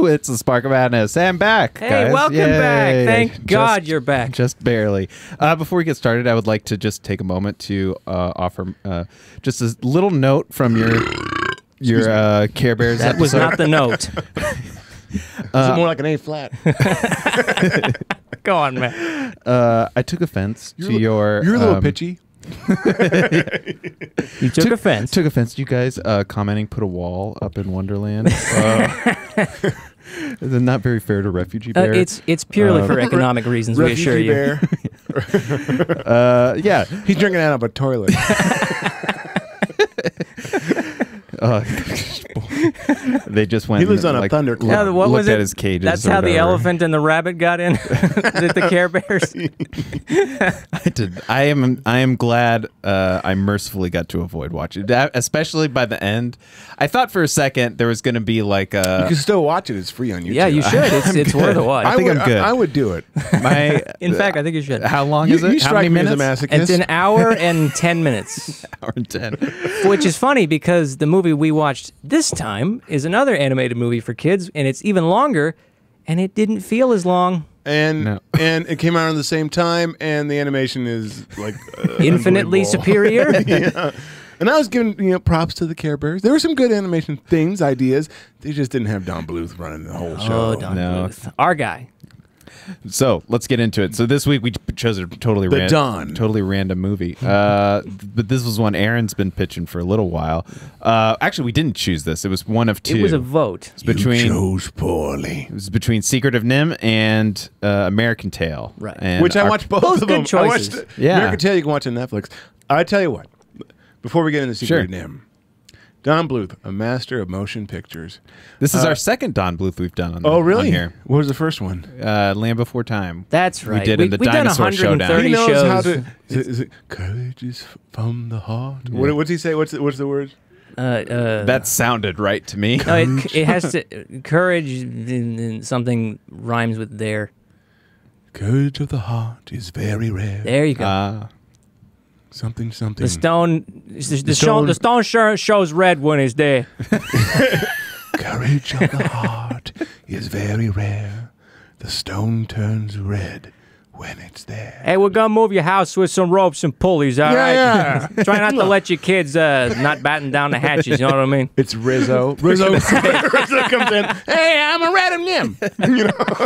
It's the Spark of Madness. I'm back. Hey, guys. welcome Yay. back. Thank Just- God you're back. Just barely. Uh, before we get started, I would like to just take a moment to uh, offer uh, just a little note from your your uh, Care Bears that was episode. Uh, not the note. It's more like an A flat. Go on, man. uh, I took offense to your. You're a little um, pitchy. You took offense. Took offense. You guys uh, commenting put a wall up in Wonderland. Uh, they're not very fair to refugee Uh, bears. it's it's purely Um, for economic reasons. We Refugee assure you. bear. uh, yeah. He's drinking out of a toilet. Uh, they just went. He lives and, on a like, thundercloud. look- Yeah, the- what looked was at it? his cages. That's or how the whatever. elephant and the rabbit got in. the, the Care Bears. I did. I am. I am glad. Uh, I mercifully got to avoid watching, that, especially by the end. I thought for a second there was going to be like uh, you a. can still watch it. It's free on YouTube. Yeah, you should. It's, it's worth a I, watch. think would, I'm good. I, I would do it. My, in fact, I think you should. how long You, is it? you how strike many me as a minutes? masochist. It's an hour and 10 minutes, Hour and ten. which is funny because the movie we watched this time is another animated movie for kids, and it's even longer, and it didn't feel as long. and No. and it came out at the same time, and the animation is like uh, Infinitely unbelievable. superior. yeah. And I was giving you know props to the Care Bears. There were some good animation things, ideas. They just didn't have Don Bluth running the whole show. Oh, Don No. Bluth. Our guy. So let's get into it. So this week we chose a totally The ran- Don. totally random movie. Uh, but this was one Aaron's been pitching for a little while. Uh, actually, we didn't choose this. It was one of two. It was a vote. It's between you chose poorly. It was between Secret of Nim and uh, American Tail. Right. And Which I our- watched both, Both of good them. choices. I watched Yeah. American Tail you can watch on Netflix. I tell you what, before we get into Secret Sure. of Nim, Don Bluth, a master of motion pictures. This is our second Don Bluth we've done on. uh, Oh, on really? here, What was the first one? uh, Land Before Time. That's right. We did in the we've Dinosaur done 130 Showdown. He knows shows. how to. Is it, is it courage is from the heart? What, what's he say? What's the, what's the word? uh, uh, That sounded right to me. no, it, it has to courage. in- in Something rhymes with there. Courage of the heart is very rare. There you go. Uh, Something something. the stone, the, the, stone, stone- the stone sure shows red when it's there. Courage of the heart is very rare. The stone turns red when it's there. Hey, we're gonna move your house with some ropes and pulleys, all right? Yeah, Try not to let your kids uh, not batten down the hatches. You know what I mean? It's Rizzo. Rizzo, Rizzo comes in. Hey, I'm a red and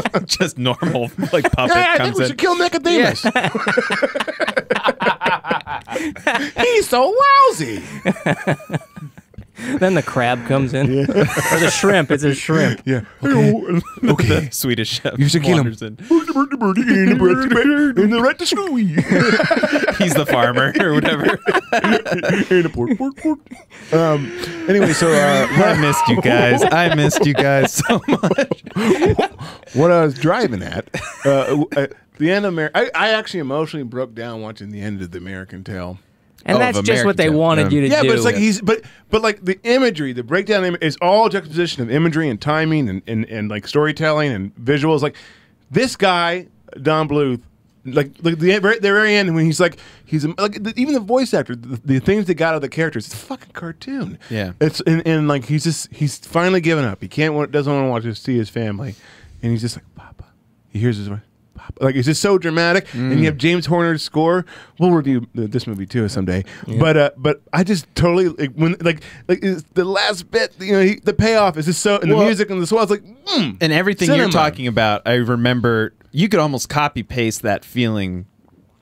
nim. just normal, like puppet Hey, I think comes we in. should kill Nicodemus. He's so lousy. Then the crab comes in, or the shrimp. It's a shrimp. Yeah. Okay. okay. Swedish chef. You should kill him. wanders in. In the right to school. He's the farmer or whatever. Um. Anyway, so I uh, missed you guys. I missed you guys so much. what I was driving at, uh, w- uh, the end of Amer- I, I actually emotionally broke down watching the end of the American Tale. And Oh, that's of just what American they Tail. wanted you to Yeah, do. but it's like he's but but like the imagery, the breakdown im- is all juxtaposition of imagery and timing and, and and like storytelling and visuals. Like this guy, Don Bluth, like like the very, the very end when he's like he's a- like the, even the voice actor, the, the things they got out of the characters, it's a fucking cartoon. Yeah. it's and, and like he's just he's finally given up. He can't want doesn't want to watch to see his family, and he's just like Papa. He hears his voice. Papa." Like it's just so dramatic, and Mm. you have James Horner's score. We'll review th- this movie too someday, but uh, but I just totally like when like like it's the last bit, you know, he, the payoff is just so, and the Well- music and the swell. It's like, mm. And everything you're Cinema. talking about, I remember you could almost copy paste that feeling,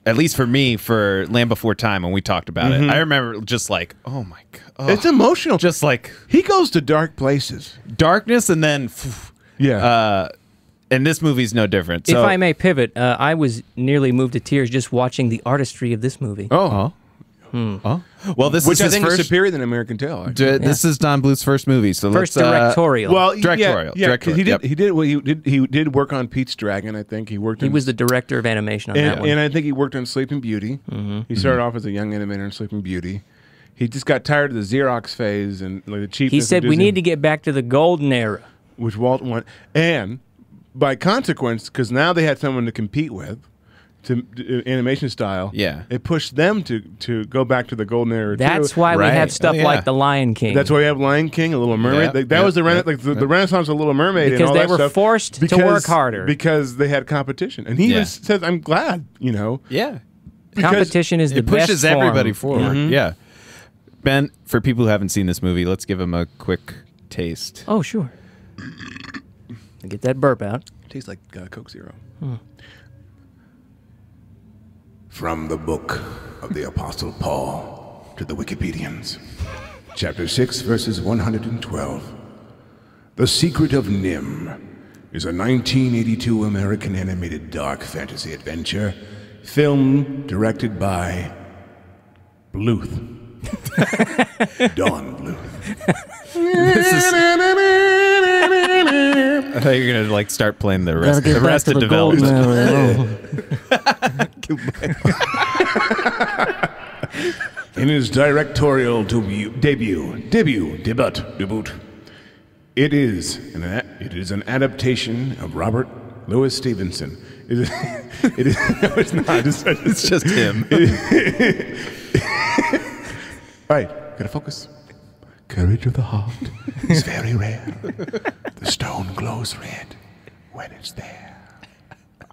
at least for me, for Land Before Time when we talked about Mm-hmm. it. I remember just like, oh my god, oh, it's emotional. Just just like he goes to dark places. darkness, and then phew, Yeah, uh, and this movie's no different. if So, I may pivot, uh, I was nearly moved to tears just watching the artistry of this movie. oh, oh, well, this which is I his think first. is superior than American Tail. actually. d- This is Don Bluth's first movie, so First let's, uh, directorial. Well, yeah, Directorial, yeah, 'cause he directorial, did. yep. He did. Well, he did. He did work on Pete's Dragon. I think he worked. he on was the director of animation on that and, one. Mm-hmm. and I think he worked on Sleeping Beauty. He started off as a young animator in Sleeping Beauty. He just got tired of the Xerox phase and like the cheapness. he said we need to get back to the golden era. which Walt won, and by consequence, because now they had someone to compete with. to, to animation style. Yeah. it pushed them to to go back to the golden era. That's too. why Right. we have stuff Oh, yeah. like The Lion King. That's why we have Lion King, A Little Mermaid. Yeah, Like, that yeah, was the, rena- yeah, like, the, the Renaissance of Little Mermaid. Because and all they that were stuff, forced to work harder. because they had competition. And he Yeah. even says, "I'm glad," you know. Yeah. because Competition is the It pushes best form. everybody forward. Yeah. Ben, for people who haven't seen this movie, let's give them a quick taste. Oh, sure. Get that burp out. Tastes like uh, Coke Zero. From the book of the Apostle Paul to the Wikipedians, chapter 6, verses 112. The Secret of Nim is a 1982 American animated dark fantasy adventure film directed by Bluth. Don Bluth. I thought you were gonna like start playing the rest, the rest of golden development. era. In his directorial debu- debut, debut, debut, debut, it is an a- it is an adaptation of Robert Louis Stevenson. It is, it is no, it's not. It's, It's just him. all right, gotta focus. Courage of the heart is very rare. The stone glows red when it's there.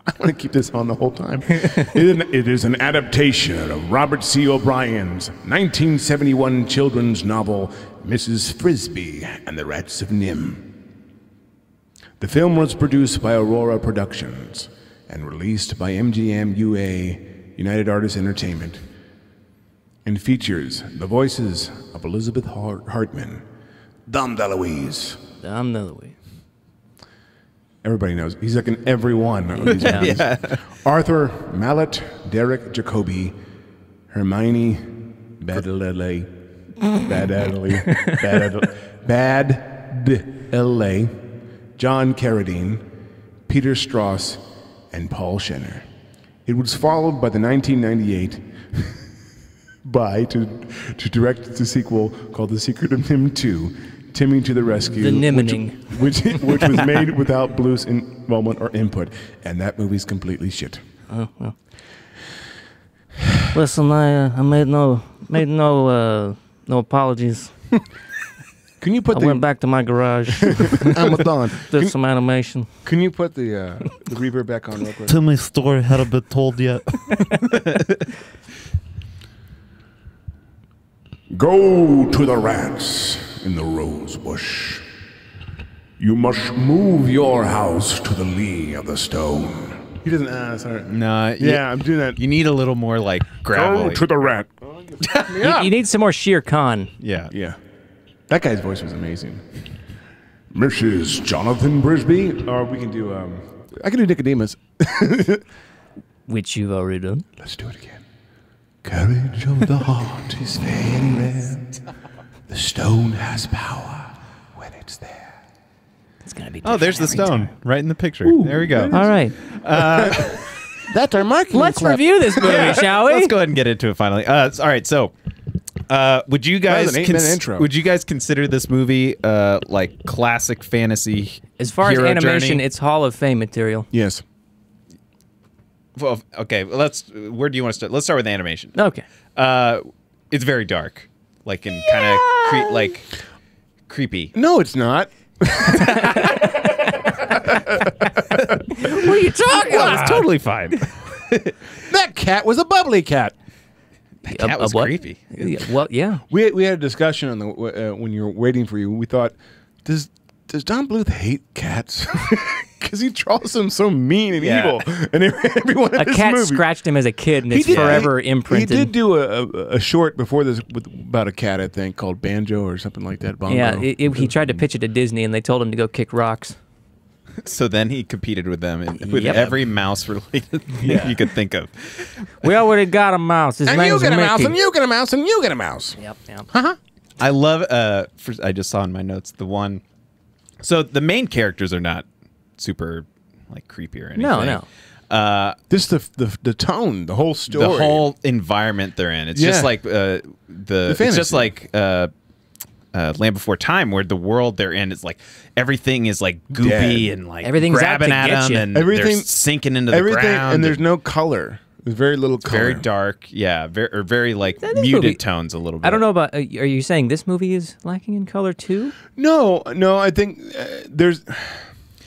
I want to keep this on the whole time. it is an- it is an adaptation of Robert C. O'Brien's 1971 children's novel, Mrs. Frisbee and the Rats of Nim. The film was produced by Aurora Productions and released by MGM UA, United Artists Entertainment, and features the voices of Elizabeth Hart- Hartman, Dom DeLuise. I'm the other way. Everybody knows. He's like in every one of these movies. Arthur Mallet, Derek Jacobi, Hermione Baddeley, Baddeley, Baddeley, Baddeley, John Carradine, Peter Strauss, and Paul Schenner. It was followed by the 1998 by to, to direct the sequel called The Secret of Nim 2, Timmy to the Rescue. The which- Nimmening. which which was made without Blue's involvement or input, and that movie's completely shit. Oh, Listen, I, uh, I made no made no uh, no apologies. Can you put I the went back to my garage, Amazon? did some animation. Can you put the uh, the reverb back on real quick? Timmy's story hadn't been told yet. Go to the rats in the rose bush. You must move your house to the lee of the stone. He doesn't. Uh, sorry. No, Yeah, I'm doing that. You need a little more like gravel. Go to the rat. Ah! You, you need some more Shere Khan. Yeah. Yeah, that guy's voice was amazing. Mrs. Jonathan Brisby. Or we can do. Um, I can do Nicodemus. Which you've already done. Let's do it again. Courage of the heart is very rare. The stone has power when it's there. It's gonna be. Oh, there's the different every stone right in the picture. there we go. time. All right, Uh, That's our marketing. let's review this movie, shall we? Let's go ahead and get into it finally. Uh, s- all right, so uh, would you was guys an eight-minute intro. would you guys consider this movie uh, like classic fantasy? As far as hero animation, journey? it's Hall of Fame material. Yes. well, okay. Let's. Where do you want to start? Let's start with animation. Okay. Uh, it's very dark, like and kind of cre- like creepy. No, it's not. What are you talking Well, it's totally fine. That cat was a bubbly cat. That was creepy. well, yeah. We we had a discussion on the uh, when you were waiting for you. We thought, does does Don Bluth hate cats? Because he draws them so mean and Yeah. evil, and every- everyone in A this cat movie. scratched him as a kid, and He it's did- forever he- imprinted. He did do a, a, a short before this with, about a cat, I think, called Banjo or something like that. Bongo. yeah, it, it- he tried to pitch it to Disney, and they told him to go kick rocks. So then he competed with them in, with Yep. every mouse related thing you could think of. We already got a mouse. His and you name's get a Mickey. mouse, and you get a mouse, and you get a mouse. Yep, yep. I love. Uh, for, I just saw in my notes the one. So the main characters are not super like creepy or anything. No, no. This the, the the tone, the whole story. The whole environment they're in. It's just Yeah. like uh, the. it's fantasy. just like uh, uh, Land Before Time, where the world they're in is like everything is like goopy and like Everything's out grabbing to at get them you. and everything, Everything- they're sinking into the Everything, ground. and there's no color. There's very little color. very dark, yeah, very or very like this muted movie- tones a little bit. I don't know about. uh, Are you saying this movie is lacking in color too? No, no, I think uh, there's.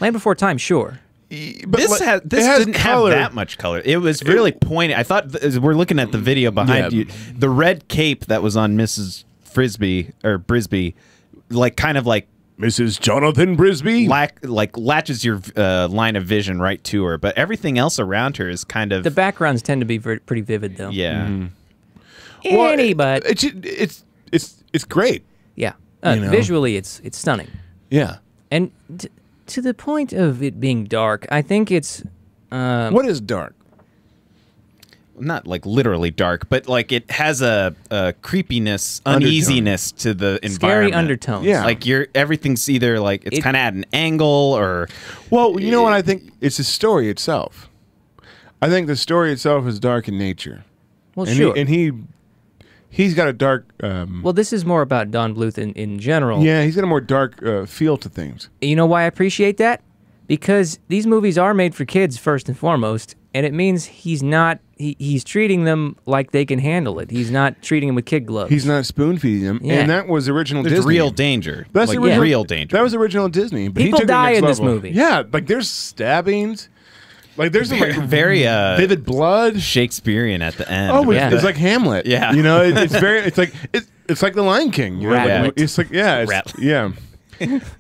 Land Before Time, sure. But This like, had this it has didn't color. have that much color. It was really pointed. I thought th- as we're looking at the video behind Yeah. you. The red cape that was on Mrs. Frisbee or Brisby, like kind of like Mrs. Jonathan Brisby? lack like latches your uh, line of vision right to her, but everything else around her is kind of The backgrounds tend to be ver- pretty vivid though. yeah. Mm-hmm. Well, Any, but it, it, it's it's it's great. yeah, uh, you know. visually it's it's stunning. Yeah. And t- to the point of it being dark, I think it's Um, what is dark? Not like literally dark, but like it has a, a creepiness, Undertone. uneasiness to the environment. scary undertones. Yeah. Like you're everything's either like it's It- kind of at an angle or Well, you know what I think? It's the story itself. I think the story itself is dark in nature, Well, and sure. he, and he he's got a dark. Um, well, this is more about Don Bluth in, in general. yeah, he's got a more dark uh, feel to things. You know why I appreciate that? Because these movies are made for kids first and foremost, and it means he's not he, he's treating them like they can handle it. He's not treating them with kid gloves. He's not spoon feeding him, Yeah. and that was original there's Disney. real danger. That's like original, real danger. That was original Disney. But he People took it to the die next in this level. movie. Yeah, like there's stabbings, like there's some, like very uh, vivid blood. Shakespearean at the end. Oh, it's, with yeah. the- it's like Hamlet. Yeah. you know, it, it's very, it's like it's, it's like the Lion King. You know? Ratlet. like, it's like yeah, it's, Ratlet. yeah.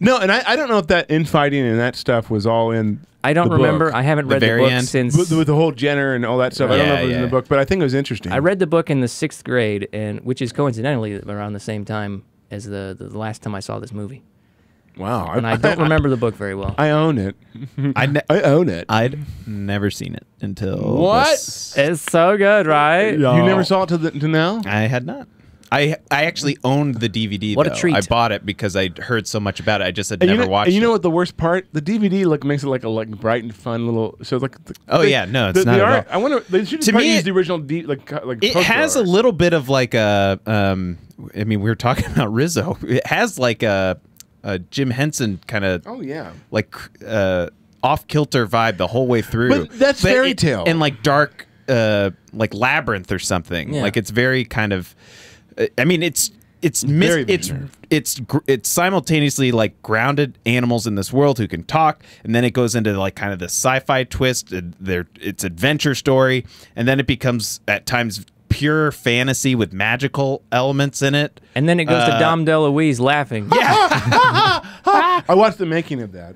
no, and I, I don't know if that infighting and that stuff was all in. I don't the book. remember. I haven't The read the very book end. since with, with the whole Jenner and all that stuff. I don't know if Yeah, it was in yeah. the book, but I think it was interesting. I read the book in the sixth grade, and which is coincidentally around the same time as the the last time I saw this movie. Wow, And I don't remember the book very well. I own it. I ne- I own it. I'd never seen it until What? this- It's so good, right? You never saw it till, the, till now. I had not. I I actually owned the DVD. What a though. treat. I bought it because I heard so much about it. I just had And never you know, watched. and you it. know what the worst part? The DVD like makes it like a like bright and fun little. So it's like. The, Oh, they- yeah, no, it's the, not the at art, all. I wonder. They should To probably me, use it- the original D like co- like. It has a poster art. little bit of like a. Um, I mean, we were talking about Rizzo. It has like a, a Jim Henson kind of. Oh yeah. Like uh, off kilter vibe the whole way through. But that's fairy it- tale. and like dark, uh, like labyrinth or something. Yeah. Like it's very kind of. uh, I mean, it's it's mis- Very it's bizarre. it's gr- it's simultaneously like grounded animals in this world who can talk, and then it goes into like kind of this sci-fi twist. And there, it's adventure story, and then it becomes at times pure fantasy with magical elements in it. And then it goes to Dom DeLuise laughing. Yeah. I watched the making of that.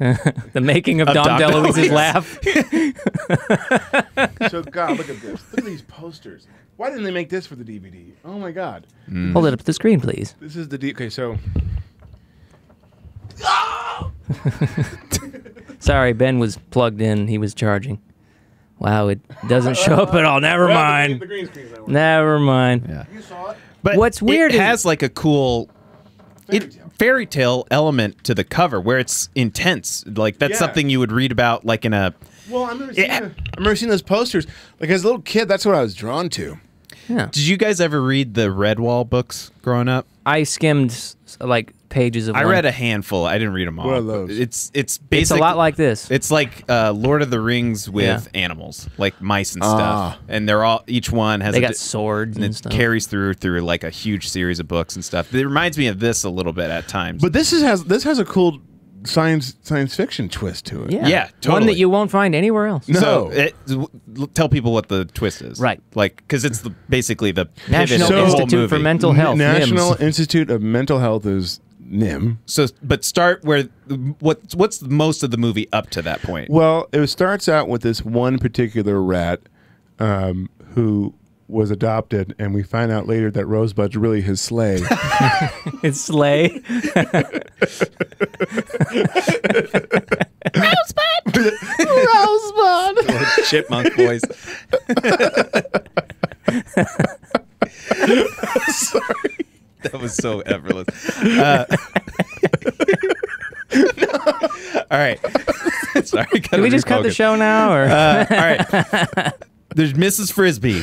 The making of, Dom, Dom DeLuise's DeLuise. laugh. so God, look at this. Look at these posters. Why didn't they make this for the DVD? Oh my God. Hold it up to the screen, please. This is the D. Okay, so Sorry, Ben was plugged in. He was charging. Wow, it doesn't show up at all. Never The green, the mind. green screen's not working. Never mind. You saw it. But What's weird it is- has like a cool Fairy it- tale. fairy tale element to the cover where it's intense. Like that's Yeah. something you would read about, like in a. Well, I remember, seeing Yeah. the- I remember seeing those posters. Like as a little kid, that's what I was drawn to. Did you guys ever read the Redwall books growing up? I skimmed s- like pages of. I one. read a handful. I didn't read them all. What are those? It's it's basically It's a lot like this. It's like uh, Lord of the Rings with animals, like mice and stuff, Ah. and they're all each one has they a got di- swords and and, it stuff. carries through through like a huge series of books and stuff. It reminds me of this a little bit at times. But this is has this has a cool science science fiction twist to it. yeah. yeah, One totally. that you won't find anywhere else. So No. it, l- l- tell people what the twist is, Right. Like because it's the basically the pivot National of the whole Institute for movie. Mental Health. National NIMS. Institute of Mental Health is NIM. So, but start where what what's most of the movie up to that point? Well, it starts out with this one particular rat um, who was adopted, and we find out later that Rosebud's really his slave. It's Slay. Rosebud. Chipmunk boys. Sorry, that was so effortless. Uh, all right, sorry. Can we just cut the show now? Or Uh, all right. There's Mrs. Frisbee,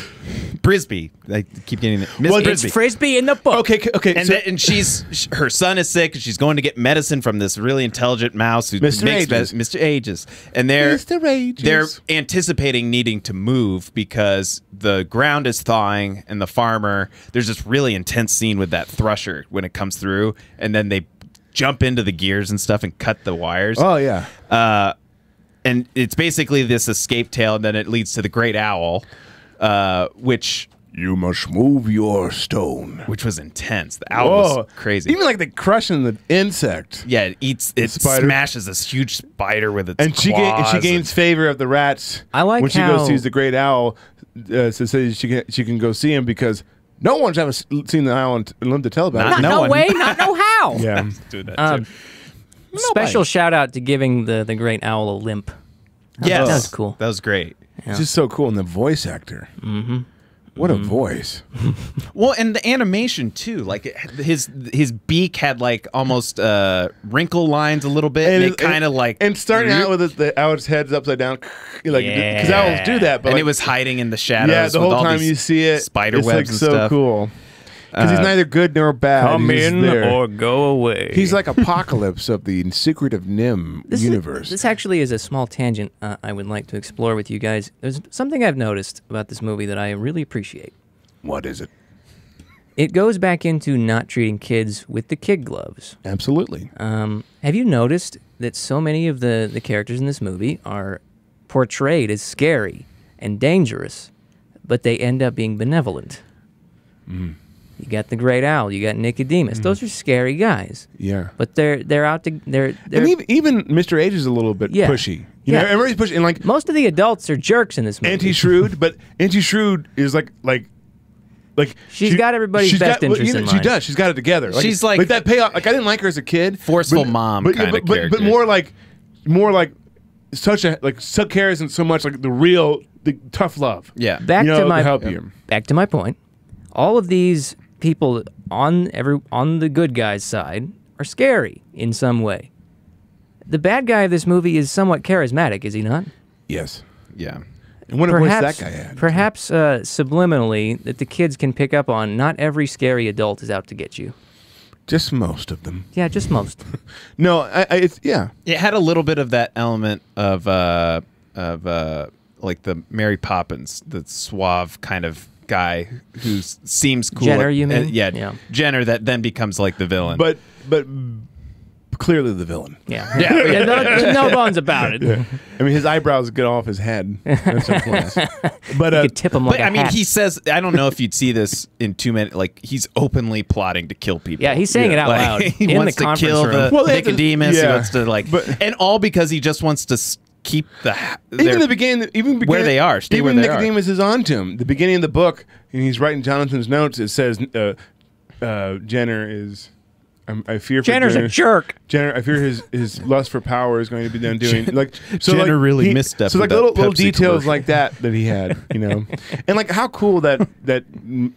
Brisby. I keep getting it. Miss Well, It's Brisby. frisbee in the book. Okay, c- okay. and, so- that- and she's sh- her son is sick. and She's going to get medicine from this really intelligent mouse who Mr. makes me- Ages. Mr. Ages. And they're Mr. Ages. they're anticipating needing to move because the ground is thawing and the farmer. There's this really intense scene with that thrusher when it comes through, and then they jump into the gears and stuff and cut the wires oh yeah. and it's basically this escape tale, and then it leads to the Great Owl, uh, which You must move your stone. which was intense. The owl was crazy. Even like the crushing the insect. yeah, it eats. It spider. smashes this huge spider with its And she ga- and claws she gains favor of the rats. I like when she how- goes sees the great owl. Uh, so says she can she can go see him because no one's ever s- seen the owl and lived to tell about Not it. no Not no, one. way, not no how. Yeah. do that Um, too. special shout out to giving the, the great owl a limp. Yes, that was cool. That was great. It's just so cool. And the voice actor. Mm-hmm. What Mm-hmm. a voice. Well, and the animation too. Like it, his his beak had like almost uh, wrinkle lines a little bit, and, it kind of like And starting out with it, the owl's head's upside down. Like, because owls do that. But and like, it was hiding in the shadows. Yeah, the with whole all time these you see it, spider it's webs like and so stuff. Uh, cool. Because he's neither good nor bad. he's just there. go away. he's like apocalypse of the secret of Nim This is- universe. this actually is a small tangent uh, I would like to explore with you guys. There's something I've noticed about this movie that I really appreciate. What is it? It goes back into not treating kids with the kid gloves. Absolutely. Um, have you noticed that so many of the, the characters in this movie are portrayed as scary and dangerous, but they end up being benevolent? Mm-hmm. You got the Great Owl, you got Nicodemus. Those are scary guys, yeah. but they're they're out to they're, they're and even, even Mr. Age is a little bit Yeah. pushy. You know, Yeah. everybody's pushy. And like most of the adults are jerks in this movie. anti shrewd, but anti shrewd is like like like She's she- got everybody's she's best got- well, you interest know, in She mind. does. She's got it together. She's like- that payoff. Like I didn't like her as a kid. Forceful mom but, yeah, kinda but, but, but character. more like more like such a like suck care isn't so much like the real the tough love. Yeah. back you know, to my help you. back to my point. All of these people on every on the good guy's side are scary in some way. The bad guy of this movie is somewhat charismatic, is he not? Yes. yeah. And what a voice that Perhaps, guy had. perhaps uh, subliminally that the kids can pick up on. Not every scary adult is out to get you. Just most of them. Yeah, just most. No, I, I it's yeah. it had a little bit of that element of uh of uh like the Mary Poppins, the suave kind of guy who s- seems cool. Jenner, you Uh, mean? yeah, Yeah. Jenner that then becomes like the villain. But but clearly the villain. Yeah, yeah, no, no bones about it. You I mean, his eyebrows get off his head at some points. But uh, could tip him like but a I mean, hat. he says, I don't know if you'd see this in two minutes. Like he's openly plotting to kill people. Yeah, he's saying it out Like, loud He in wants the to conference kill room. the Well, they have to- Nicodemus. yeah. He wants to like, But- and all because he just wants to s- keep the ha- even their- the beginning, even beginning, where they are, stay even where they are. Nicodemus is on to him. The beginning of the book, and he's writing Jonathan's notes. It says, uh, uh, "Jenner is, I'm, I fear for Jenner's Jenner, a jerk. Jenner, I fear his his lust for power is going to be done doing like so. Jenner like, really he, misstepped So with like that little little Pepsi details commercial. like that that he had, you know, and like how cool that that.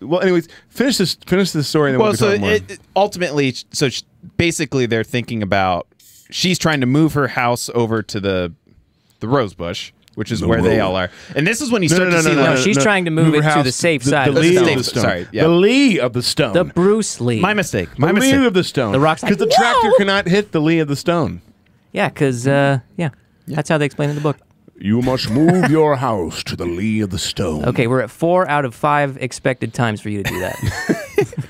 Well, anyways, finish this finish this story. And then well, we'll so talk more. it, it- ultimately, sh- so sh- basically, they're thinking about she's trying to move her house over to the the rose bush, which is where they rose. all are. And this is when you start to see no, like no. she's trying to move it her to house the safe side of The the lee stone. of the stone. Sorry, yeah. The lee of the stone. the Bruce Lee. my mistake, The my lee mistake. of the stone. The rock's like, because the tractor "Whoa!" cannot hit the lee of the stone. Yeah, because uh, yeah, that's how they explain it in the book. You must move your house to the lee of the stone. Okay, we're at four out of five expected times for you to do that.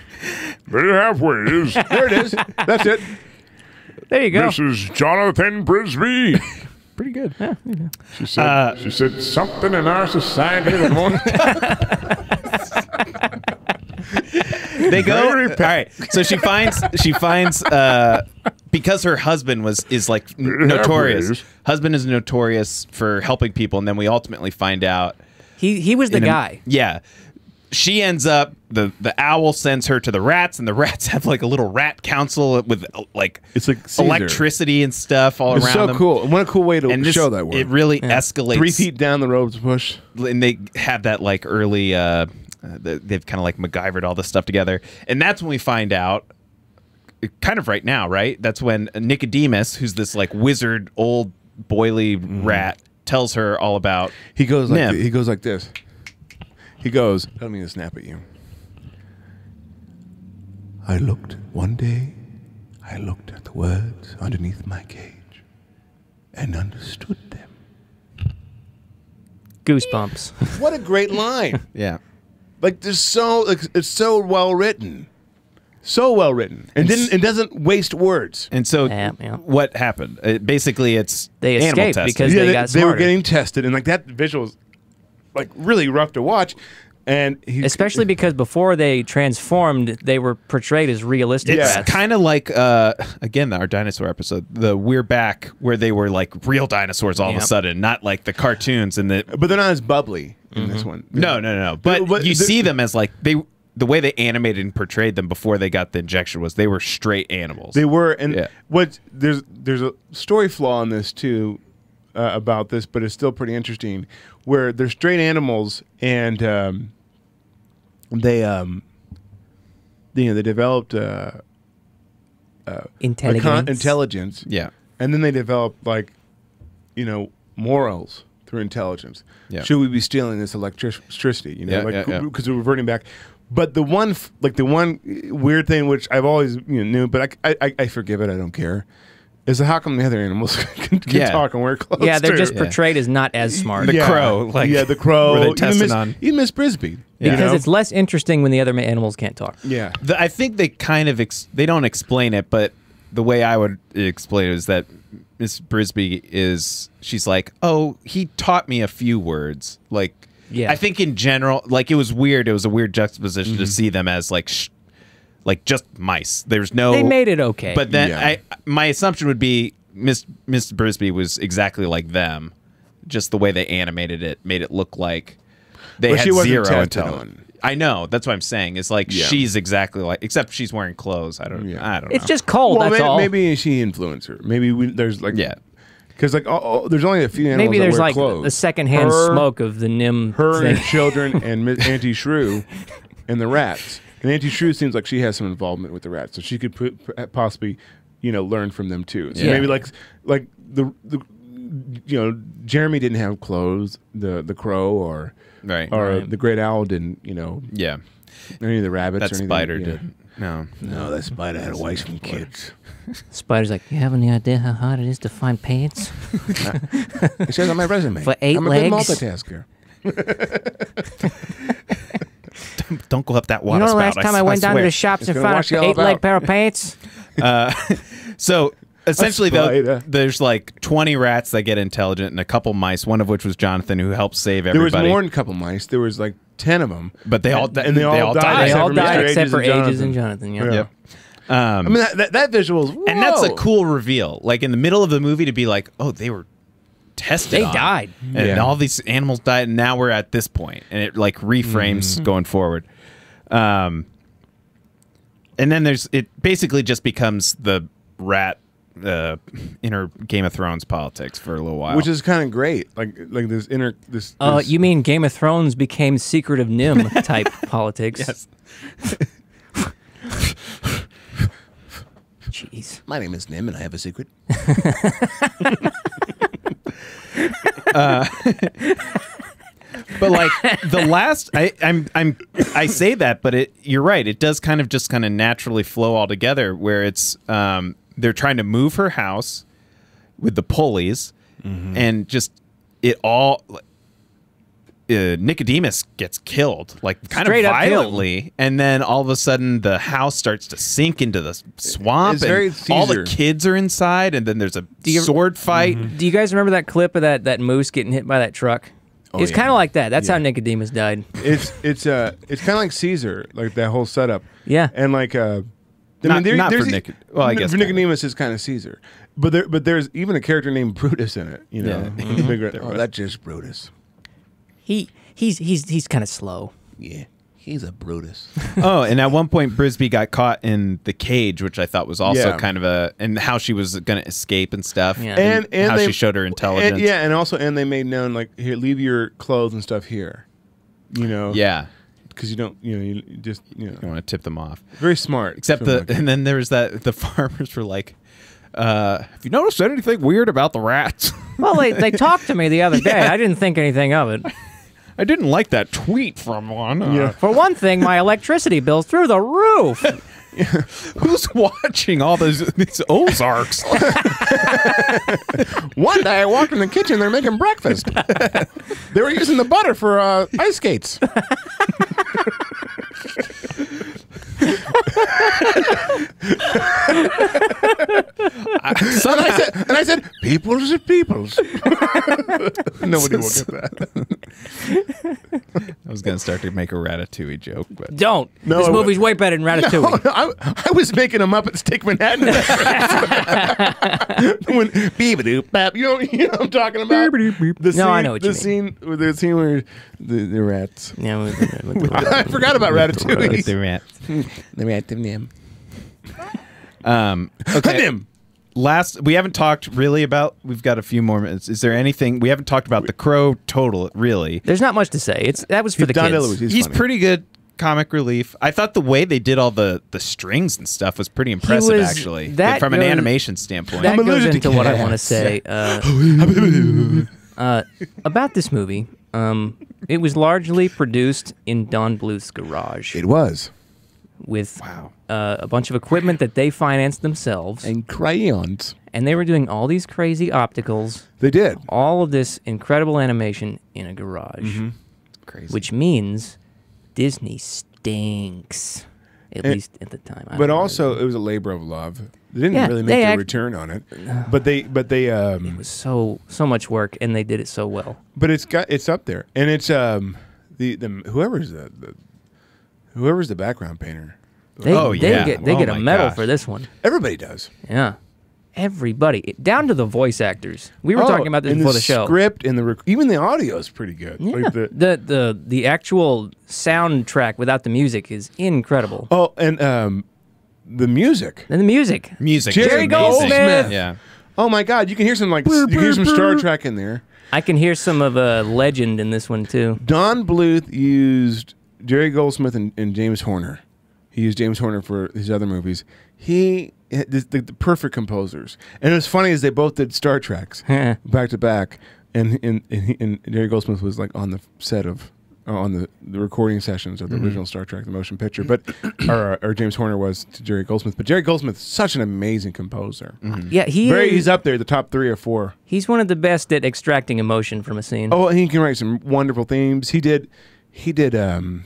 It halfway is. There it is. That's it. there you go. This is Jonathan Brisby. Pretty good. Uh, She said, she said something in our society that won't. They go all right. So she finds she finds uh, because her husband was is like n- notorious. Husband is notorious for helping people, and then we ultimately find out He he was the in a- guy. yeah. She ends up the the owl sends her to the rats, and the rats have like a little rat council with uh, like It's like Caesar. electricity and stuff all It's around so them. cool. And what a cool way to And this, show that it work. really escalates. Three feet down the road's push. and they have that like early. Uh, uh, th- they've kind of like MacGyvered all this stuff together, and that's when we find out. Kind of right now, right? That's when Nicodemus, who's this like wizard old Mm-hmm. boily rat, tells her all about He goes like Nim. he goes like this. He goes, I don't mean to snap at you. I looked one day, I looked at the words underneath my cage and understood them. Goosebumps. What a great line. Yeah. Like there's so like, it's so well written, so well written, and then it doesn't waste words. And so, Yeah, yeah. what happened? Uh basically, it's They animal escaped testing. because- they got were smarter. getting tested, and like that visual is like really rough to watch. And he, Especially because before they transformed, they were portrayed as realistic. Yeah. it's rats. kind of like uh, again our dinosaur episode, the We're Back, where they were like real dinosaurs all of a Yep. sudden, not like the cartoons and the but they're not as bubbly in this one. no, no, no. But, but you the- see them as like they the way they animated and portrayed them before they got the injection was they were straight animals. They were, and Yeah. what there's there's a story flaw in this too uh, about this, but it's still pretty interesting. Where they're straight animals, and um, they um, you know they developed uh, a intelligence. con- intelligence, yeah, and then they developed like you know morals through intelligence. Yeah. Should we be stealing this electric- electricity? You know, Yeah, like yeah, yeah. because we're reverting back. But the one, f- like the one weird thing which I've always you know, knew, but I, I I forgive it. I don't care. Is how come the other animals can, can Yeah. talk and wear clothes? yeah, they're too? just portrayed as not as smart. The crow, like, yeah, the crow. were they Even testing Miss- on- even Miss Brisby. you because know? it's less interesting when the other ma- animals can't talk. yeah. The, I think they kind of ex- they don't explain it, but the way I would explain it is that Miss Brisby is she's like, oh, he taught me a few words. Like, Yeah. Mm-hmm. I think in general, like it was weird. It was a weird juxtaposition to see them as like, sh- like just mice. There's no They made it okay. But then Yeah. I, my assumption would be Miss Miss Brisby was exactly like them, just the way they animated it made it look like they But had she wasn't zero tested intelligence. on. I know. That's what I'm saying. It's like Yeah. she's exactly like, except she's wearing clothes. I don't. Yeah. I don't. it's know. just cold. well, Oh, that's may- all. maybe she influenced her. Maybe we, there's like Yeah. because like oh, oh, there's only a few animals. Maybe that there's wear like clothes. a secondhand Her- smoke of the Nim her thing. and her children and Mi- Auntie Shrew and the rats. And Auntie Shrew seems like she has some involvement with the rats, so she could put, possibly, you know, learn from them too. So Yeah. maybe like like the the you know Jeremy didn't have clothes, the the crow or Right. or Right. the great owl didn't, you know, yeah. any of the rabbits. or That anything. spider Yeah. did. No. No, that spider had away from kids. Spider's like, you have any idea how hard it is to find pants? It says on my resume For eight I'm a good legs? multitasker. Don't go up that You water know, the spout. last time I, went down to swear. the shops and gonna found wash an you all eight-leg out. pair of pants. So essentially, though, spider. there's like 20 rats that get intelligent and a couple mice. One of which was Jonathan, who helped save There everybody. was more than a couple mice. There was like ten of them, But they all di- and they all, they all died They died. Except all for died Mr. except for Ages and Jonathan. Yeah. Yeah. Yep. Um, I mean, that, that, that visual is And that's a whoa. cool reveal. Like in the middle of the movie to be like, oh, they were tested. They on. died. And Yeah. all these animals died. And now we're at this point, And it like reframes Mm-hmm. going forward. Um, and then there's, it basically just becomes the rat uh, inner Game of Thrones politics for a little while. which is kind of great. Like like this inner this. Uh, this- you mean Game of Thrones became Secret of Nim type politics? Yes. Jeez. my name is Nim, and I have a secret. but like the last I, I'm I'm I say that, but it you're right. It does kind of just kind of naturally flow all together where it's um they're trying to move her house with the pulleys Mm-hmm. and just it all uh, Nicodemus gets killed like kind Straight of up killed. violently and then all of a sudden the house starts to sink into the s- swamp It's and very all the Caesar. kids are inside and then there's a you- sword fight Do you guys remember that clip of that, that moose getting hit by that truck? it's yeah. kind of like that. That's how Nicodemus died. It's it's uh it's kind of like Caesar, like that whole setup. Yeah. and like uh, I Not- not for Nicod- well, I Nic- guess for kinda. Nicodemus is kind of Caesar, but there but there's even a character named Brutus in it. You know, Yeah. The big red- oh, that's just Brutus. He he's he's he's kind of slow. Yeah, he's a Brutus. oh, and at one point, Brisby got caught in the cage, which I thought was also Yeah. kind of a and how she was going to escape and stuff, Yeah. and and how they, she showed her intelligence. and- yeah, and also and they made known like here, leave your clothes and stuff here. You know, yeah. because you don't, you know, you just, you know, I want to tip them off. very smart. Except the and then there was that the farmers were like, uh, "Have you noticed anything weird about the rats?" Well, they, they talked to me the other day. I didn't think anything of it. I didn't like that tweet from one. Uh, Yeah. For one thing, my electricity bill's through the roof. Who's watching all those these Ozarks? One day I walked in the kitchen, they're making breakfast. they were using the butter for uh, ice skates. Son, I said, and I said, peoples are peoples. Nobody will get that. I was gonna start to make a ratatouille joke, but Don't. No, this I movie's way better than Ratatouille. No, Oh, I, I was making a Muppets Take Manhattan. when beep-a-doop, bap, you know, you know what I'm talking about. The No, I know what the you scene, The scene where the, the rats. Yeah, with the- with the- I forgot about With the Ratatouille. rat. The rat of Nim. Um, okay. Last, we haven't talked really about. We've got a few more minutes. Is there anything we haven't talked about? The Crow total, really. There's not much to say. It's that was for the Don kids. DeLuise, he's, He's funny. pretty good comic relief. I thought the way they did all the the strings and stuff was pretty impressive, was- actually, that from an goes- animation standpoint. that I'm goes allergic into to what I cats. want to say uh, uh, about this movie. Um, it was largely produced in Don Bluth's garage It was. with uh, a bunch of equipment that they financed themselves, And crayons. and they were doing all these crazy opticals, They did. all of this incredible animation in a garage, Mm-hmm. Crazy. which means Disney stinks. At least at the time. I But don't know. also, it was a labor of love. They didn't Yeah, really they make a act- return on it. But they, but they, um, so so much work, and they did it so well. but it's got it's up there, and it's um the the whoever's the, the whoever's the background painter. They, Oh, they yeah. get they Oh, get a my medal gosh. for this one. Everybody does. Yeah. Everybody, it- down to the voice actors. We were Oh, talking about this and before the, show. Script and the rec- even the audio is pretty good. Yeah. Like the, the- the the actual soundtrack without the music is incredible. oh, and um, the music. And the music. Music, Jerry is amazing. Goldsmith. yeah. Oh my God, you can hear some like you can hear some Star Trek in there. I can hear some of a legend in this one too. Don Bluth used Jerry Goldsmith and, and James Horner. He used James Horner for his other movies. He the, the, the perfect composers. And it was funny is they both did Star Treks back to back, and and, and, he, and Jerry Goldsmith was like on the set of uh, on the, the recording sessions of the original Star Trek the motion picture, but or, uh, or James Horner was to Jerry Goldsmith. But Jerry Goldsmith, such an amazing composer. Mm-hmm. Yeah, he Mm. Very, is- he's up there, the top three or four. he's one of the best at extracting emotion from a scene. Oh, and he can write some wonderful themes. He did, he did, um,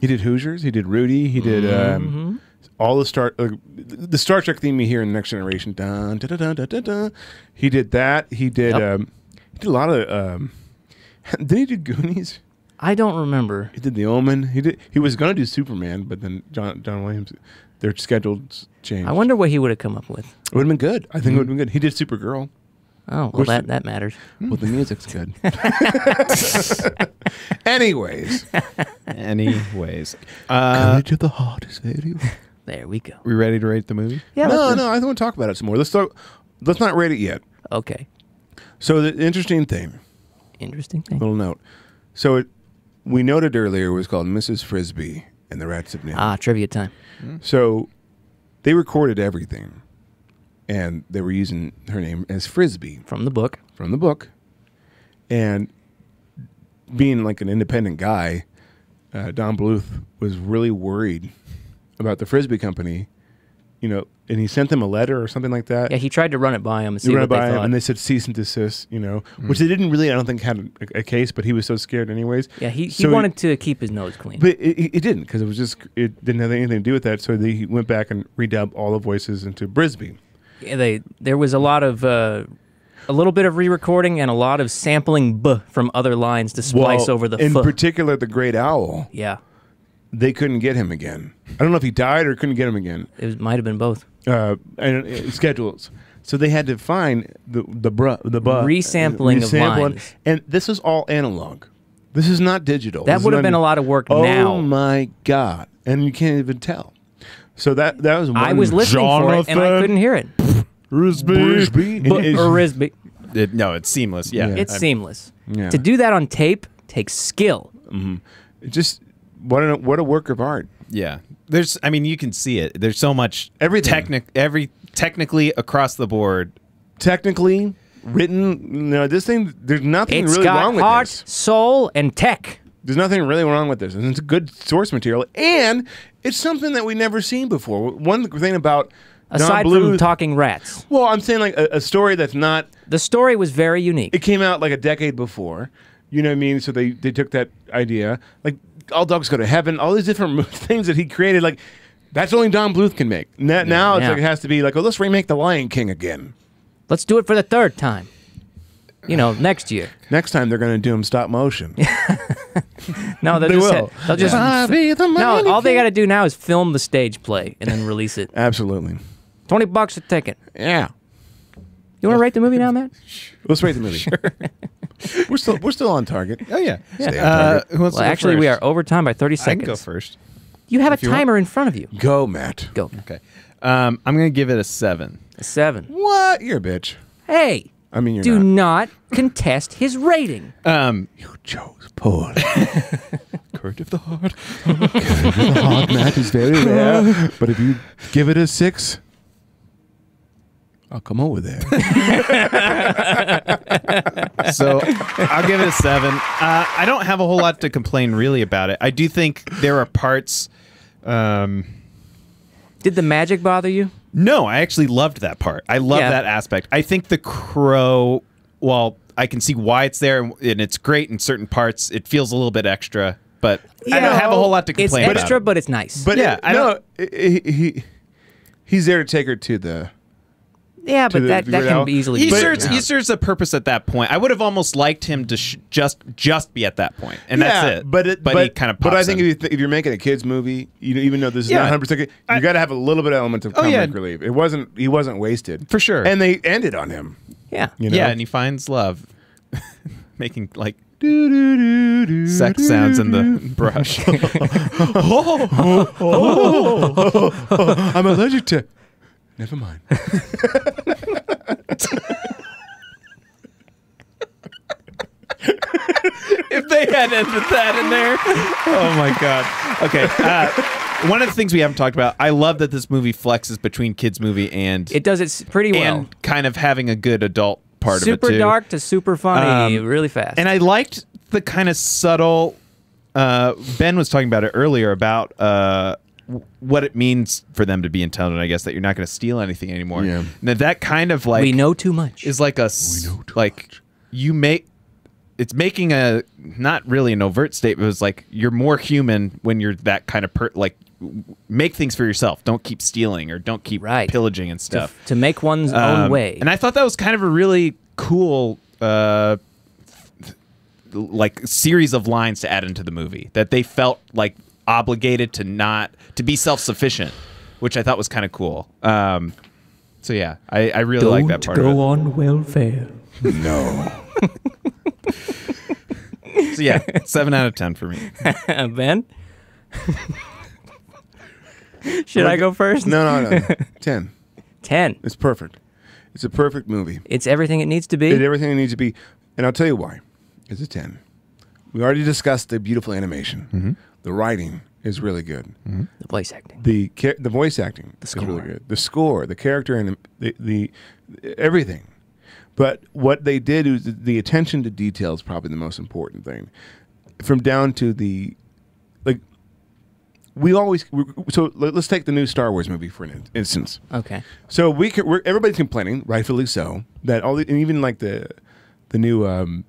he did Hoosiers. He did Rudy. He did um, all the Star, uh, the Star Trek theme you hear in the Next Generation. Dun, dun, dun, dun, dun, dun, dun. He did that. He did. Yep. Um, he did a lot of. Um, did he do Goonies? I don't remember. He did The Omen. He did. He was gonna do Superman, but then John John Williams, their schedules changed. I wonder what he would have come up with. It would have been good. I think it would have been good. He did Supergirl. Oh, well Which- that, that matters. Mm-hmm. Well, the music's good. Anyways, Anyways, uh, Courage of the heart is very. There we go. we ready to rate the movie? Yeah. No, let's- no, I want to talk about it some more. Let's talk, let's not rate it yet. Okay. So the interesting thing, Interesting thing. little note. So it, we noted earlier it was called Mrs. Frisbee and the Rats of New. Ah, trivia time. So they recorded everything, and they were using her name as Frisbee From the book. from the book, and being like an independent guy, uh, Don Bluth was really worried about the Frisbee company, you know, and he sent them a letter or something like that. Yeah, he tried to run it by him and see You run what they by him thought. Mm. and they said cease and desist, you know, which they didn't really, I don't think, had a, a case, but he was so scared, anyways. yeah, he, he So wanted to keep his nose clean. But it, it- it didn't because it was just, it didn't have anything to do with that. So they, he went back and redubbed all the voices into Brisbane. Yeah, they there was a lot of uh, a little bit of re-recording and a lot of sampling b from other lines to splice over the In f. particular, the Great Owl, yeah, they couldn't get him again. I don't know if he died or couldn't get him again. it was, might have been both. Uh, and uh, schedules. So they had to find the the br- the bu- Resampling of resampling. lines. and this is all analog. This is not digital. That This is would have not- been a lot of work Oh now. my god! And you can't even tell. So that that was. One I was listening for it and I Jonathan. couldn't hear it. Brisby. B- or is b- It, no, it's seamless. Yeah, It's I'm- seamless. Yeah. To do that on tape takes skill. just what a what a work of art. Yeah. There's I mean you can see it. There's so much Everything. technic every technically across the board. Technically written. No, this thing. There's nothing It's really got wrong with heart, this. soul, and tech. There's nothing really wrong with this, and it's good source material, and it's something that we never seen before. One thing about Aside non-blue, from talking rats, well, I'm saying like a, a story that's not. the story was very unique. It came out like a decade before, you know what I mean? So they they took that idea, like all dogs go to heaven, all these different mo- things that he created, like. That's only Don Bluth can make. Now, now it's Yeah. like it has to be like, oh, let's remake The Lion King again. Let's do it for the third time. You know, next year. Next time they're going to do him stop motion. No, they'll They just will. they'll just I'll be the no. All they mannequin. got to do now is film the stage play and then release it. Absolutely. Twenty bucks a ticket. Yeah. You want to rate the movie now, Matt? Let's rate the movie. we're still we're still on target. Oh yeah. Stay on Uh, target. who wants Well, to go actually, we are first? over time by thirty I seconds. can go first. You have a want. timer in front of you. Go, Matt. Go Okay. Um, I'm gonna give it a seven. A seven. What? You're a bitch. Hey, I mean, you're do not not. contest his rating. Um, You chose poorly. Courage of the heart. the hard Matt is very rare, but if you give it a six, I'll come over there. So I'll give it a seven. Uh, I don't have a whole lot to complain really about it. I do think there are parts. Um, Did the magic bother you? No, I actually loved that part. I love Yeah. that aspect. I think the crow, well, I can see why it's there and, and it's great in certain parts. It feels a little bit extra, but I don't No, have a whole lot to complain It's extra, about. but it's nice. But Yeah, yeah, I no, he, he he's there to take her to the. yeah, to but the- that, that Grinnell. can be easily. He be serves, taken he out. serves a purpose at that point. I would have almost liked him to sh- just just be at that point, and Yeah, that's it. But it, but, he kind of But I think if, in. you th- if you're making a kids movie, you know, even though this is Yeah. not 100, percent I- you got to have a little bit of element of Oh, comic yeah. relief. It wasn't he wasn't wasted For sure. and they ended on him. Yeah. You know? yeah, and he finds love, making like sex sounds in the brush. I'm allergic to. Never mind. if they had ended that in there. Oh my god. Okay. Uh, one of the things we haven't talked about, I love that this movie flexes between kids movie and It does it s- pretty well. and kind of having a good adult part super of it too. dark to super funny, Um, really fast. And I liked the kind of subtle. Uh, ben was talking about it earlier about uh, w- what it means for them to be intelligent. I guess that you're not going to steal anything anymore. Yeah. And that that kind of like we know too much. is like a s- We know too like much. you make it's making a not really an overt statement. It was like you're more human when you're that kind of per like w- make things for yourself. Don't keep stealing or don't keep Right. pillaging and to, stuff. to make one's own Um, way. And I thought that was kind of a really cool uh th- like series of lines to add into the movie that they felt like obligated to not to be self-sufficient, which I thought was kind of cool. Um so yeah, I, I really like that part of it. on welfare. No. So yeah, seven out of ten for me. ben? Should I go first? No, no, no. Ten. Ten. It's perfect. It's a perfect movie. It's everything it needs to be. It's everything it needs to be. And I'll tell you why. It's a 10. We already discussed the beautiful animation. Mm-hmm. The writing is really good. the voice acting. The cha- the voice acting is score. really good. The score, the character, and the, the everything. But what they did is the- the attention to detail is probably the most important thing. From down to the like, we always we, so let, let's take the new Star Wars movie for an in- instance. Okay. So we could, we're, everybody's complaining, rightfully so, that all the, and even like the the new um,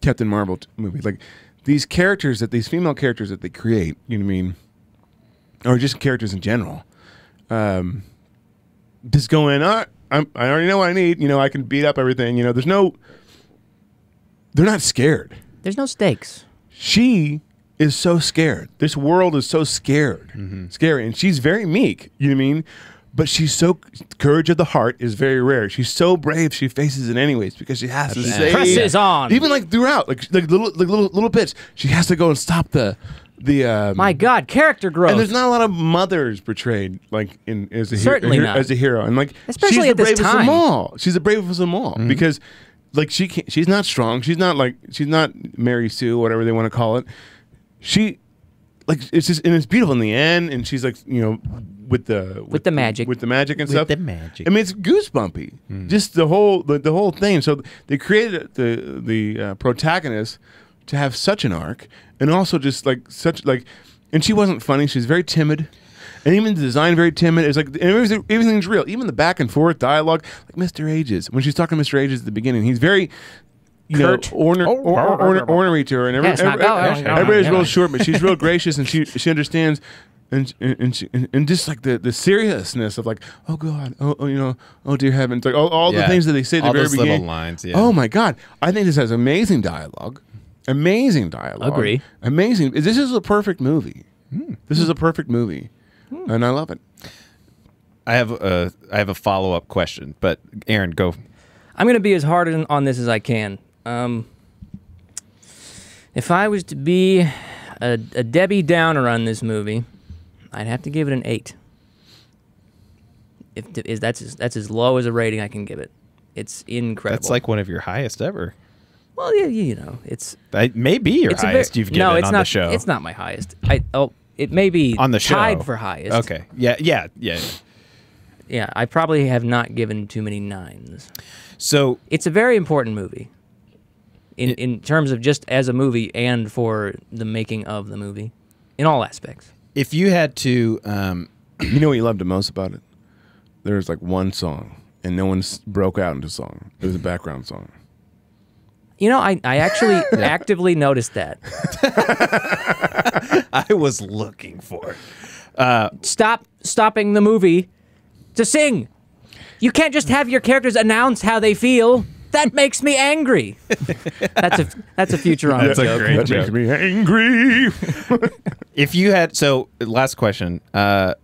Captain Marvel t- movie, like these characters that these female characters that they create, you know what I mean, or just characters in general, um, just going, ah, I'm, I already know what I need, you know, I can beat up everything, you know. There's no, they're not scared. There's no stakes. She is so scared. This world is so scared, Mm-hmm. scary, and she's very meek. You know what I mean? But she's so courage of the heart is very rare. She's so brave. She faces it anyways because she has to save. Presses on. Even like throughout, like like little like little little bits. She has to go and stop the the. Um, My Mm-hmm. God, character growth. and there's not a lot of mothers portrayed like in as a hero, Certainly hero- not. as a hero, and like Especially she's the at this bravest of time. Mm-hmm. them all. She's the bravest of them all because like she can't. She's not strong. She's not like she's not Mary Sue, whatever they want to call it. She like it's just and it's beautiful in the end, and she's like you know with the with, the magic. with the magic and stuff. the magic. Hmm. I mean, it's goosebumpy. Just the whole the, the whole thing. So they created the the uh, protagonist to have such an arc, and also just like such like, and she wasn't funny. She was very timid, and even the design very timid. It's like and everything- everything's real. Even the back and forth dialogue, like Mr. Ages when she's talking to Mr. Ages at the beginning, he's very. You know, Curt. orner, or, or, orner- ornery to her, and every, Yeah, it's not- every- oh, oh, oh, everybody's yeah. real short, but she's real gracious, and she she understands, and and and, she, and, and just like the, the seriousness of like, oh God, oh, oh you know, oh dear heavens, like all, all Yeah. the things that they say at All the very those little beginning. lines, yeah. Oh my God, I think this has amazing dialogue, amazing dialogue. Agree. Amazing. This is a perfect movie. Hmm. This is a perfect movie, and I love it. I have a I have a follow up question, but Aaron, go. I'm going to be as hard on on this as I can. Um, if I was to be a, a Debbie Downer on this movie, I'd have to give it an eight. If th- is that's as, that's as low as a rating I can give it. It's incredible. That's like one of your highest ever. well, yeah, you know, it's That may be your it's a highest very- you've given no, it's on not, the show. It's not my highest. I oh, it may be on the show. tied for highest. Okay. Yeah. Yeah. Yeah. yeah. Yeah, I probably have not given too many nines. So It's a very important movie. In in terms of just as a movie and for the making of the movie. In all aspects. if you had to, um, You know what you loved the most about it? There was like one song, and no one s- broke out into song. It was a background song. You know, I, I actually actively noticed that. I was looking for. it. Stop stopping the movie to sing. You can't just have your characters announce how they feel. That makes me angry. that's a that's a future on That's a joke. great that joke. makes me angry. If you had, so last question. Uh,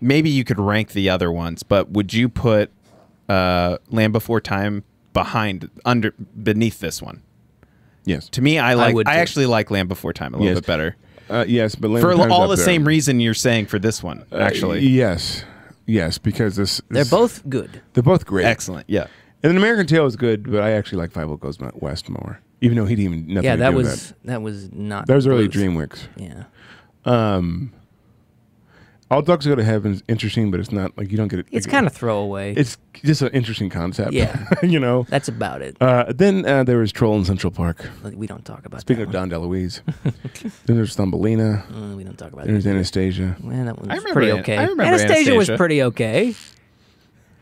maybe you could rank the other ones, but would you put uh, Land Before Time behind, under, beneath this one? yes. To me, I like. would I, too. actually like Land Before Time a little Yes. bit better Uh, yes, but for Lambertine's all up the there. same reason you're saying for this one. Uh, Actually, yes, yes, because this They're this- both good. they're both great. excellent. Yeah. And an American Tale is good, but I actually like Five Oak Goes West more, even though he didn't even nothing Yeah, to that do with was that. was not. that. That was early Bluth. DreamWorks. Yeah, Um, All Dogs Go to Heaven is interesting, but it's not like you don't get it. it's like, kind of throwaway. it's just an interesting concept. Yeah. you know. That's about it. Uh, then uh, there was Troll in Central Park. Like, we don't talk about. Speaking that of Don DeLuise, then there's Thumbelina. one. Uh, we don't talk about. There's That. Anastasia. Well, that one I was remember pretty An- okay. I remember Anastasia was Anastasia. pretty okay. Mm. Well, it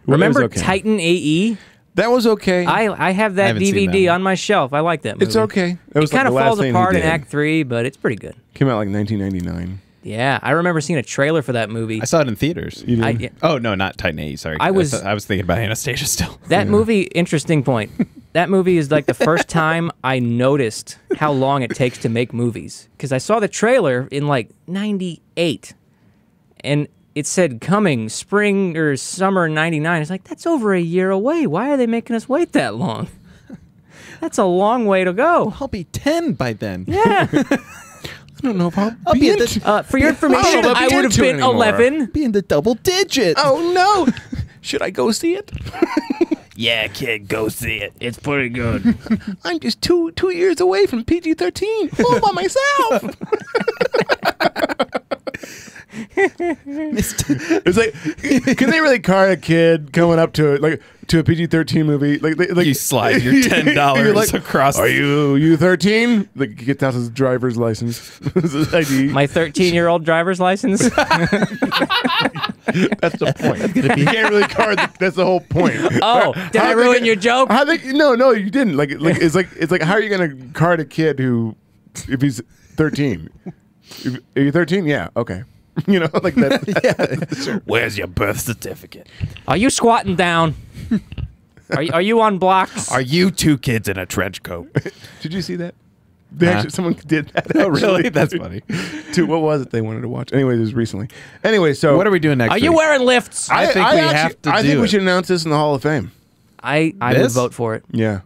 was Remember okay. Titan AE? That was okay. I I have I that haven't seen DVD that one. on my shelf. I like that movie. it's okay. That It was like kind the of last falls thing he apart in did. Act Three, but it's pretty good. Came out like 1999. Yeah, I remember seeing a trailer for that movie. I saw it in theaters. You I- did? yeah. Oh no, not Titan AE. Sorry, I was- thought- I was thinking about Anastasia still. That movie, interesting point. That movie is like the first time I noticed how long it takes to make movies. Because I saw the trailer in like 98 and it said coming spring or summer 99. It's like, that's over a year away. Why are they making us wait that long? That's a long way to go. I'll be ten by then. Yeah. I don't know if I'll, I'll be in at it. the- Uh, for your information, that'd be I would have into been anymore. 11. Be in the double digit. oh no! Should I go see it? Yeah, kid, go see it. It's pretty good. I'm just two two years away from PG-13 all by myself. it's like, can they really card a kid coming up to like to a PG-13 movie? Like, they- like You slide your $10 you're across Are the- you you 13? Like, get out his driver's license, his ID. My 13 year old driver's license. that's the point. you can't really card. The, that's the whole point. Oh, did I How ruin they- your joke? How they, no, no, you didn't. Like, like it's like it's like how are you gonna card a kid who, if he's thirteen, if, are you thirteen? Yeah, okay. You know, like that. Where's your birth certificate? Are you squatting down? Are you, are you on blocks? Are you two kids in a trench coat? Did you see that? They Huh? actually, someone did that. Oh, really? That's funny. Dude, what was it they wanted to watch? Anyway, this was recently. Anyway, so What are we doing next? Are you week? wearing lifts? I think we actually- have to I do think we it. should announce this in the Hall of Fame. I, I would This? vote for it. Yeah.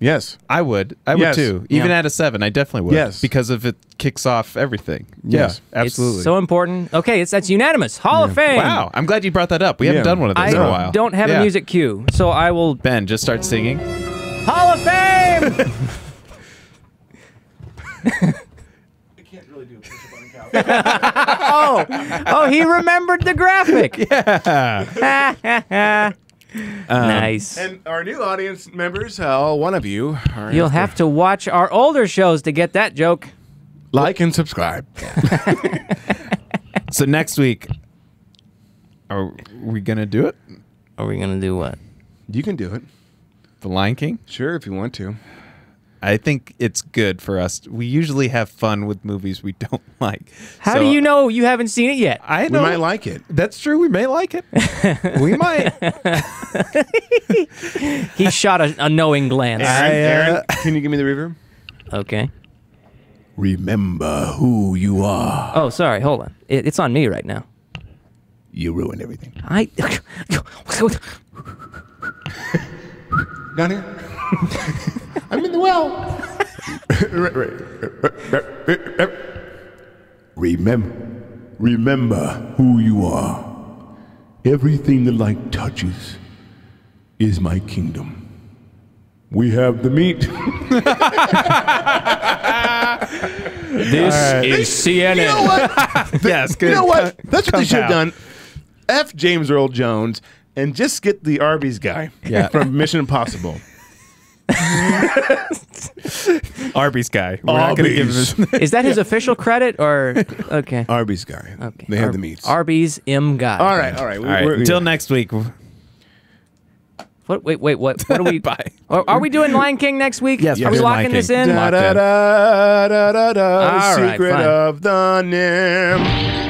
Yes. I would. I would Yes. too. Even Yeah. at a seven, I definitely would. Yes. Because if it kicks off everything. Yes. Yeah, absolutely. It's so important. Okay, it's that's unanimous. Hall of Fame. wow. I'm glad you brought that up. We haven't Yeah. done one of those I in a while. don't have Yeah. a music cue, so I will Ben, just start singing. Hall of Fame. I can't really do oh, oh, he remembered the graphic. Yeah. nice. Um, And our new audience members, uh, all one of you, are You'll have to watch our older shows to get that joke. like and subscribe. So next week, are we gonna do it? Are we gonna do what? You can do it. The Lion King. Sure, if you want to. I think it's good for us. We usually have fun with movies we don't like. How So do you know you haven't seen it yet? I We know. might like it. That's true. We may like it. we might. He shot a, a knowing glance. I, uh, Can you give me the reverb? okay. Remember who you are. Oh, sorry. Hold on. It, it's on me right now. You ruined everything. I. Down here. I'm in the well. Remember, remember who you are. Everything the light touches is my kingdom. We have the meat. this is CNN. yes. Good. You know what? That's what they should have Compound. done. F James Earl Jones and just get the Arby's guy Yeah. from Mission Impossible. Arby's guy. We're not gonna give him his- Is that his official credit or okay? Arby's guy. okay. They have Ar- the meats. Arby's M guy. all right, all right. All right. Until next week. What? Wait, wait. What? What are we? Bye. Are, are we doing Lion King next week? Yes, Are we're we doing locking Lion this King. in? Da- da da da da da da. All right, Secret fine. of the Nim.